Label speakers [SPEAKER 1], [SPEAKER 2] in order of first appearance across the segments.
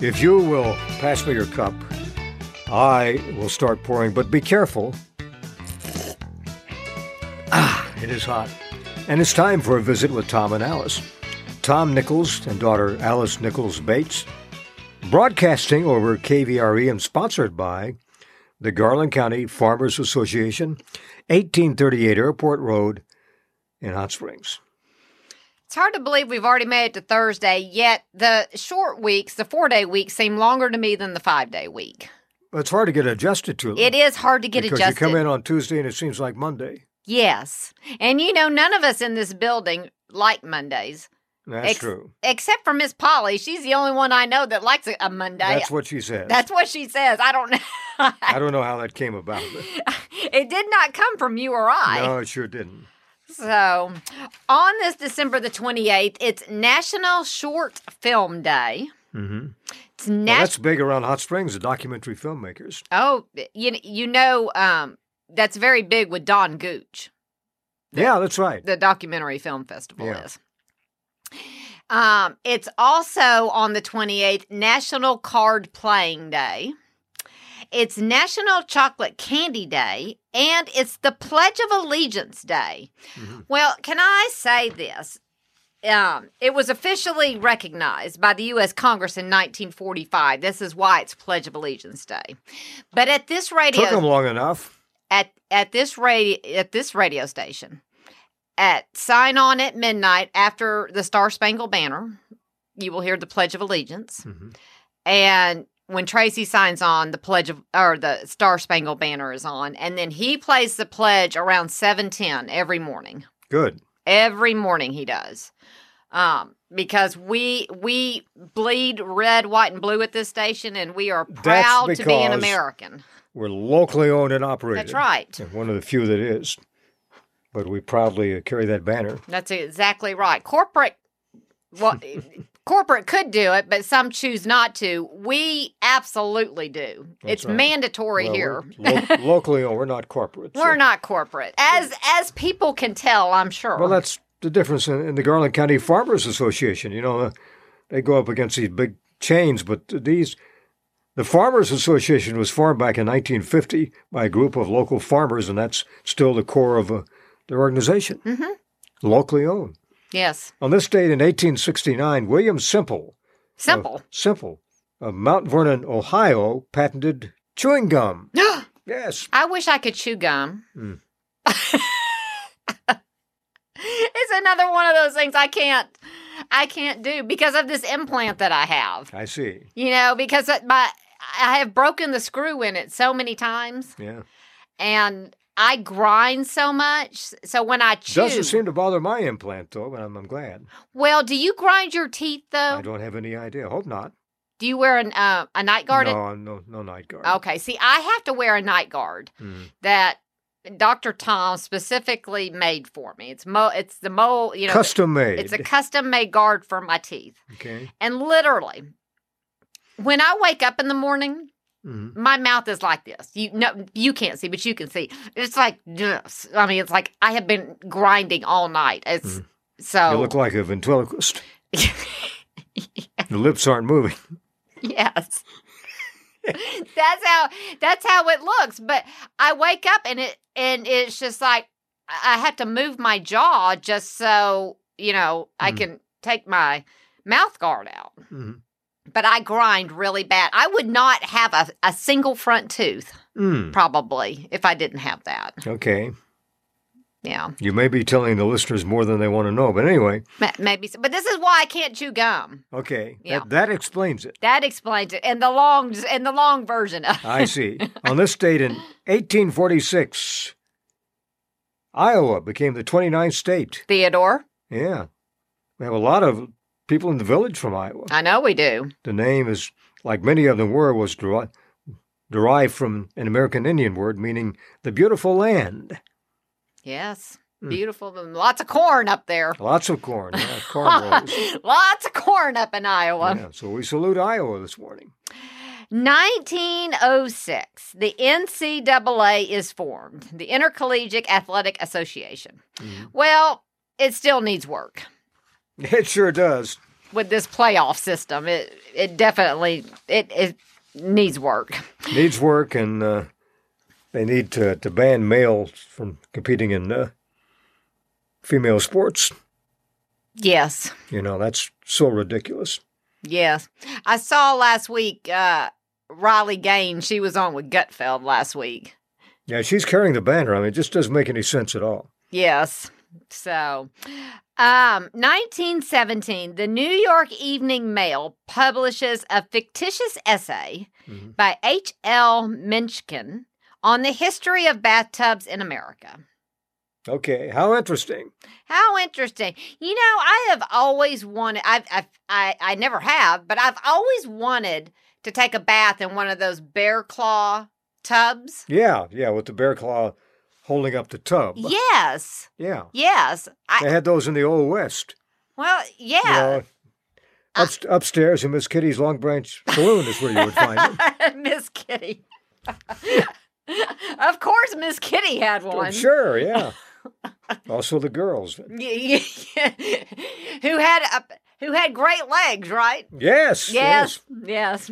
[SPEAKER 1] If you will pass me your cup, I will start pouring, but be careful. Ah, it is hot. And it's time for a visit with Tom and Alice. Tom Nichols and daughter Alice Nichols Bates, broadcasting over KVRE E and sponsored by the Garland County Farmers Association, 1838 Airport Road in Hot Springs.
[SPEAKER 2] It's hard to believe we've already made it to Thursday, yet the short weeks, the four day weeks, seem longer to me than the five day week.
[SPEAKER 1] It's hard to get adjusted to.
[SPEAKER 2] It is hard to get
[SPEAKER 1] because
[SPEAKER 2] adjusted.
[SPEAKER 1] you come in on Tuesday and it seems like Monday.
[SPEAKER 2] yes. And you know, none of us in this building like Mondays,
[SPEAKER 1] That's
[SPEAKER 2] Ex-
[SPEAKER 1] true.
[SPEAKER 2] except for Miss Polly. She's the only one I know that likes a, a Monday.
[SPEAKER 1] That's what she says.
[SPEAKER 2] That's what she says. I don't know.
[SPEAKER 1] I don't know how that came about. but-
[SPEAKER 2] it did not come from you or I.
[SPEAKER 1] No, it sure didn't.
[SPEAKER 2] So, on this December the 28th, it's National Short Film Day.
[SPEAKER 1] Mm-hmm.
[SPEAKER 2] It's
[SPEAKER 1] Well,
[SPEAKER 2] National.
[SPEAKER 1] that's big around Hot Springs, the documentary filmmakers.
[SPEAKER 2] Oh, you you know, um, that's very big with Don Gooch,
[SPEAKER 1] Yeah, that's right.
[SPEAKER 2] the documentary film festival
[SPEAKER 1] Yeah.
[SPEAKER 2] is. Um, it's also on the 28th National Card Playing Day. It's National Chocolate Candy Day, and it's the Pledge of Allegiance Day.
[SPEAKER 1] Mhm.
[SPEAKER 2] Well, can I say this? Um, it was officially recognized by the U.S. Congress in 1945. This is why it's Pledge of Allegiance Day. But at this radio,
[SPEAKER 1] Took them long enough.
[SPEAKER 2] at at this radio at this radio station at sign on at midnight after the Star Spangled Banner, you will hear the Pledge of Allegiance.
[SPEAKER 1] Mhm.
[SPEAKER 2] And when Tracy signs on, the Pledge of or the Star Spangled Banner is on, and then he plays the pledge around seven ten every morning.
[SPEAKER 1] Good.
[SPEAKER 2] Every morning he does. Um, because we we bleed red, white, and blue at this station, and we are proud to be an
[SPEAKER 1] because-
[SPEAKER 2] American.
[SPEAKER 1] We're locally owned and operated.
[SPEAKER 2] That's right.
[SPEAKER 1] And one of the few that is. But we proudly uh, carry that banner.
[SPEAKER 2] That's exactly right. Corporate, well, corporate could do it, but some choose not to. We absolutely do.
[SPEAKER 1] That's
[SPEAKER 2] it's
[SPEAKER 1] right.
[SPEAKER 2] mandatory
[SPEAKER 1] Well,
[SPEAKER 2] here.
[SPEAKER 1] we're lo- locally owned. We're not corporate. so-
[SPEAKER 2] We're not corporate, as as people can tell. I'm sure.
[SPEAKER 1] Well, that's the difference in, in the Garland County Farmers Association. You know, uh, they go up against these big chains, but these, the Farmers Association was formed back in 1950 by a group of local farmers, and that's still the core of uh, their organization.
[SPEAKER 2] Mhm.
[SPEAKER 1] Locally owned.
[SPEAKER 2] yes,
[SPEAKER 1] On this date in 1869, William Simple, of-
[SPEAKER 2] simple.
[SPEAKER 1] Simple, of Mount Vernon, Ohio, patented chewing gum. Yes.
[SPEAKER 2] I wish I could chew gum.
[SPEAKER 1] Oh. Mm.
[SPEAKER 2] it's another one of those things I can't, I can't do because of this implant that I have.
[SPEAKER 1] I see.
[SPEAKER 2] You know, because it- my I have broken the screw in it so many times.
[SPEAKER 1] Yeah.
[SPEAKER 2] and I grind so much. So when I chew,
[SPEAKER 1] Doesn't seem to bother my implant, though, and I'm, I'm glad.
[SPEAKER 2] well, do you grind your teeth
[SPEAKER 1] I
[SPEAKER 2] though?
[SPEAKER 1] don't have any idea. Hope not.
[SPEAKER 2] Do you wear an uh, a night guard?
[SPEAKER 1] No, I'm no, no night guard.
[SPEAKER 2] Okay, see, I have to wear a night guard
[SPEAKER 1] Mm.
[SPEAKER 2] that Dr. Tom specifically made for me. It's mo, it's the mole, you know,
[SPEAKER 1] Custom made.
[SPEAKER 2] it's a custom made guard for my teeth.
[SPEAKER 1] okay.
[SPEAKER 2] And literally, when I wake up in the morning,
[SPEAKER 1] Mhm.
[SPEAKER 2] my mouth is like this. You no, you can't see, but you can see. It's like this. I mean, it's like I have been grinding all night. It's so
[SPEAKER 1] Hmm. You look like a ventriloquist. The lips aren't moving.
[SPEAKER 2] yes. that's how that's how it looks. But I wake up and it and it's just like I I have to move my jaw just so you know I
[SPEAKER 1] Mm.
[SPEAKER 2] can take my mouth guard out.
[SPEAKER 1] Mhm.
[SPEAKER 2] But I grind really bad. I would not have a, a single front tooth
[SPEAKER 1] Mm.
[SPEAKER 2] probably if I didn't have that.
[SPEAKER 1] Okay.
[SPEAKER 2] Yeah.
[SPEAKER 1] You may be telling the listeners more than they want to know, but anyway.
[SPEAKER 2] Ma- Maybe, so. but this is why I can't chew gum.
[SPEAKER 1] Okay.
[SPEAKER 2] Yeah.
[SPEAKER 1] That, that explains it.
[SPEAKER 2] That explains it, and the long and the long version of
[SPEAKER 1] I see. On this date in 1846, Iowa became the 29th state.
[SPEAKER 2] Theodore.
[SPEAKER 1] Yeah. We have a lot of people in the village from Iowa.
[SPEAKER 2] I know we do.
[SPEAKER 1] The name is, like many of them were, was deri- derived from an American Indian word meaning the beautiful land.
[SPEAKER 2] Yes,
[SPEAKER 1] Mm.
[SPEAKER 2] beautiful. and Lots of corn up there.
[SPEAKER 1] Lots of corn, yeah, corn rows.
[SPEAKER 2] Lots of corn up in Iowa.
[SPEAKER 1] Yeah, so we salute Iowa this morning.
[SPEAKER 2] 1906, the NCAA is formed, the Intercollegiate Athletic Association.
[SPEAKER 1] Mhm.
[SPEAKER 2] Well, it still needs work.
[SPEAKER 1] It sure does.
[SPEAKER 2] with this playoff system. It it definitely it it needs work.
[SPEAKER 1] Needs work, and uh, they need to, to ban males from competing in uh, female sports.
[SPEAKER 2] Yes.
[SPEAKER 1] You know, that's so ridiculous.
[SPEAKER 2] Yes. I saw last week uh Riley Gaines, she was on with Gutfeld last week.
[SPEAKER 1] Yeah, she's carrying the banner. I mean, it just doesn't make any sense at all.
[SPEAKER 2] Yes. So, um, 1917, the New York Evening Mail publishes a fictitious essay
[SPEAKER 1] Mhm.
[SPEAKER 2] by H.L. Menchkin on the history of bathtubs in America.
[SPEAKER 1] Okay, how interesting.
[SPEAKER 2] How interesting. You know, I have always wanted, I've, I've, I, I never have, but I've always wanted to take a bath in one of those bear claw tubs.
[SPEAKER 1] Yeah, yeah, with the bear claw holding up the tub.
[SPEAKER 2] Yes.
[SPEAKER 1] Yeah.
[SPEAKER 2] Yes. I,
[SPEAKER 1] They had those in the old West.
[SPEAKER 2] well, yeah. Uh.
[SPEAKER 1] You know, upst- upstairs in Miss Kitty's Long Branch Saloon is where you would find them.
[SPEAKER 2] Miss Kitty. of course, Miss Kitty had one.
[SPEAKER 1] Oh, Sure, yeah. Also the girls.
[SPEAKER 2] Y- y- who had a, who had great legs, right?
[SPEAKER 1] Yes.
[SPEAKER 2] Yes, yes.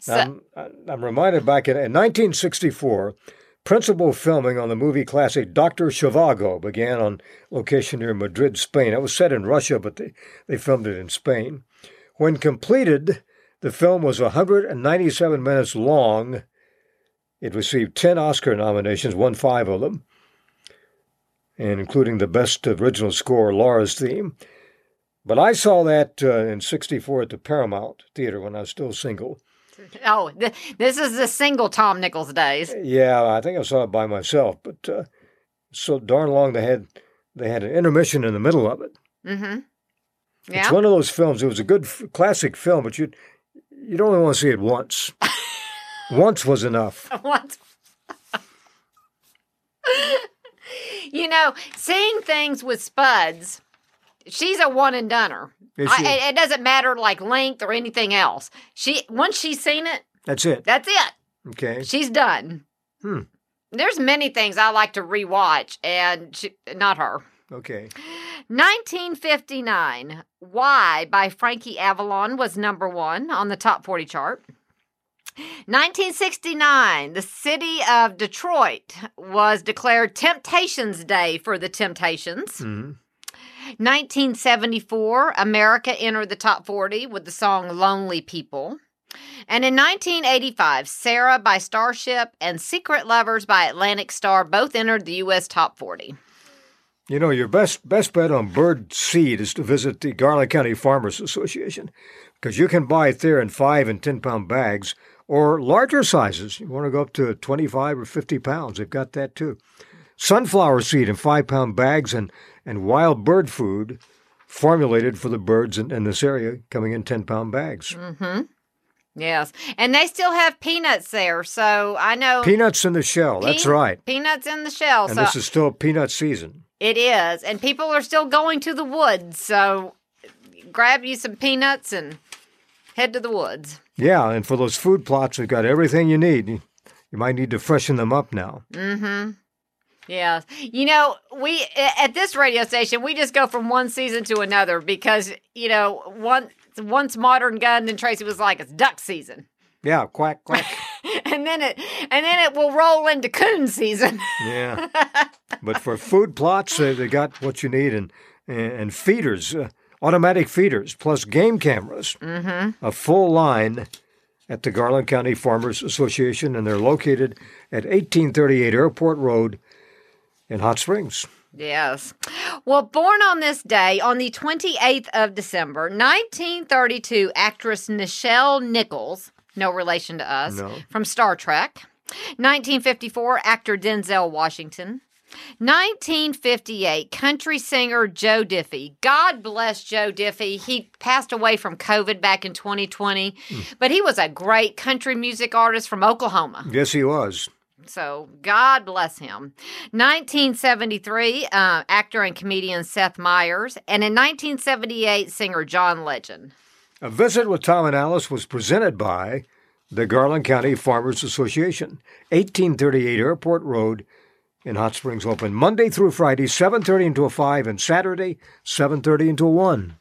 [SPEAKER 2] So,
[SPEAKER 1] I'm, I'm reminded back in, in 1964, principal filming on the movie classic Dr. Shivago began on location near Madrid, Spain. It was set in Russia, but they, they filmed it in Spain. When completed, the film was 197 minutes long. It received 10 Oscar nominations, won five of them, and including the Best Original Score, Laura's Theme. But I saw that uh, in 64 at the Paramount Theater when I was still single.
[SPEAKER 2] oh, th- this is the single Tom Nichols days.
[SPEAKER 1] Yeah, I think I saw it by myself, but uh, so darn long they had they had an intermission in the middle of it.
[SPEAKER 2] Mm-hmm.
[SPEAKER 1] It's
[SPEAKER 2] Yeah.
[SPEAKER 1] one of those films. It was a good f- classic film, but you you'd only want to see it once. once was enough.
[SPEAKER 2] What? you know, seeing things with Spuds, she's a one and doneer.
[SPEAKER 1] Is
[SPEAKER 2] I,
[SPEAKER 1] she-
[SPEAKER 2] it, it doesn't matter like length or anything else. She once she's seen it,
[SPEAKER 1] That's it.
[SPEAKER 2] that's it.
[SPEAKER 1] Okay.
[SPEAKER 2] She's done.
[SPEAKER 1] Hmm.
[SPEAKER 2] There's many things I like to rewatch, and she, not her.
[SPEAKER 1] Okay.
[SPEAKER 2] 1959, Why by Frankie Avalon was number one on the top 40 chart. 1969, the city of Detroit was declared Temptations Day for the Temptations.
[SPEAKER 1] Mhm.
[SPEAKER 2] 1974, America entered the top 40 with the song Lonely People. And in 1985, Sarah by Starship and Secret Lovers by Atlantic Star both entered the U.S. top 40.
[SPEAKER 1] You know your best best bet on bird seed is to visit the Garland County Farmers Association because you can buy it there in five and ten pound bags or larger sizes. You want to go up to twenty five or fifty pounds. They've got that too. sunflower seed in five pound bags and, and wild bird food formulated for the birds in, in this area coming in 10 pound bags.
[SPEAKER 2] Mm. Yes. And they still have peanuts there. So I know
[SPEAKER 1] Peanuts in the shell, that's
[SPEAKER 2] Pean-
[SPEAKER 1] right.
[SPEAKER 2] peanuts in the shell.
[SPEAKER 1] And
[SPEAKER 2] so
[SPEAKER 1] this is still peanut season.
[SPEAKER 2] it is. And people are still going to the woods. So grab you some peanuts and head to the woods.
[SPEAKER 1] Yeah, and for those food plots, we've got everything you need. You you might need to freshen them up now.
[SPEAKER 2] Mm-hmm. Yes. You know, we a- at this radio station, we just go from one season to another because, you know, one once modern gun, then Tracy was like, it's duck season.
[SPEAKER 1] Yeah, quack, quack.
[SPEAKER 2] And then it and then it will roll into coon season.
[SPEAKER 1] yeah. But for food plots, they, they got what you need and, and, and feeders, uh, automatic feeders, plus game cameras.
[SPEAKER 2] mm-hmm.
[SPEAKER 1] a full line at the Garland County Farmers Association, and they're located at 1838 Airport Road in Hot Springs.
[SPEAKER 2] Yes. Well, born on this day, on the 28th of December, 1932, actress Nichelle Nichols, no relation to us,
[SPEAKER 1] No.
[SPEAKER 2] from Star Trek. 1954, actor Denzel Washington. 1958, country singer Joe Diffie. God bless Joe Diffie. He passed away from COVID back in 2020, but he was a great country music artist from Oklahoma.
[SPEAKER 1] Yes, he was.
[SPEAKER 2] So God bless him. 1973, uh, actor and comedian Seth Meyers, and in 1978, singer John Legend.
[SPEAKER 1] A visit with Tom and Alice was presented by the Garland County Farmers Association, 1838 Airport Road in Hot Springs open Monday through Friday 7:30 until 5 and Saturday 7:30 until 1.